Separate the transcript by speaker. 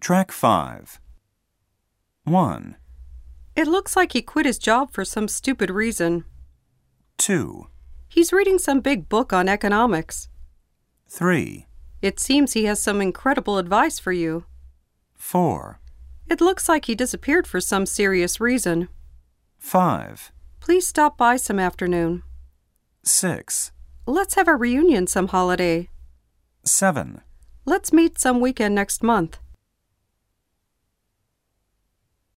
Speaker 1: Track 5. 1,
Speaker 2: It looks like he quit his job for some stupid reason.
Speaker 1: 2,
Speaker 2: He's reading some big book on economics.
Speaker 1: 3,
Speaker 2: It seems he has some incredible advice for you.
Speaker 1: 4,
Speaker 2: It looks like he disappeared for some serious reason.
Speaker 1: 5,
Speaker 2: Please stop by some afternoon.
Speaker 1: 6,
Speaker 2: Let's have a reunion some holiday.
Speaker 1: 7.
Speaker 2: Let's meet some weekend next month.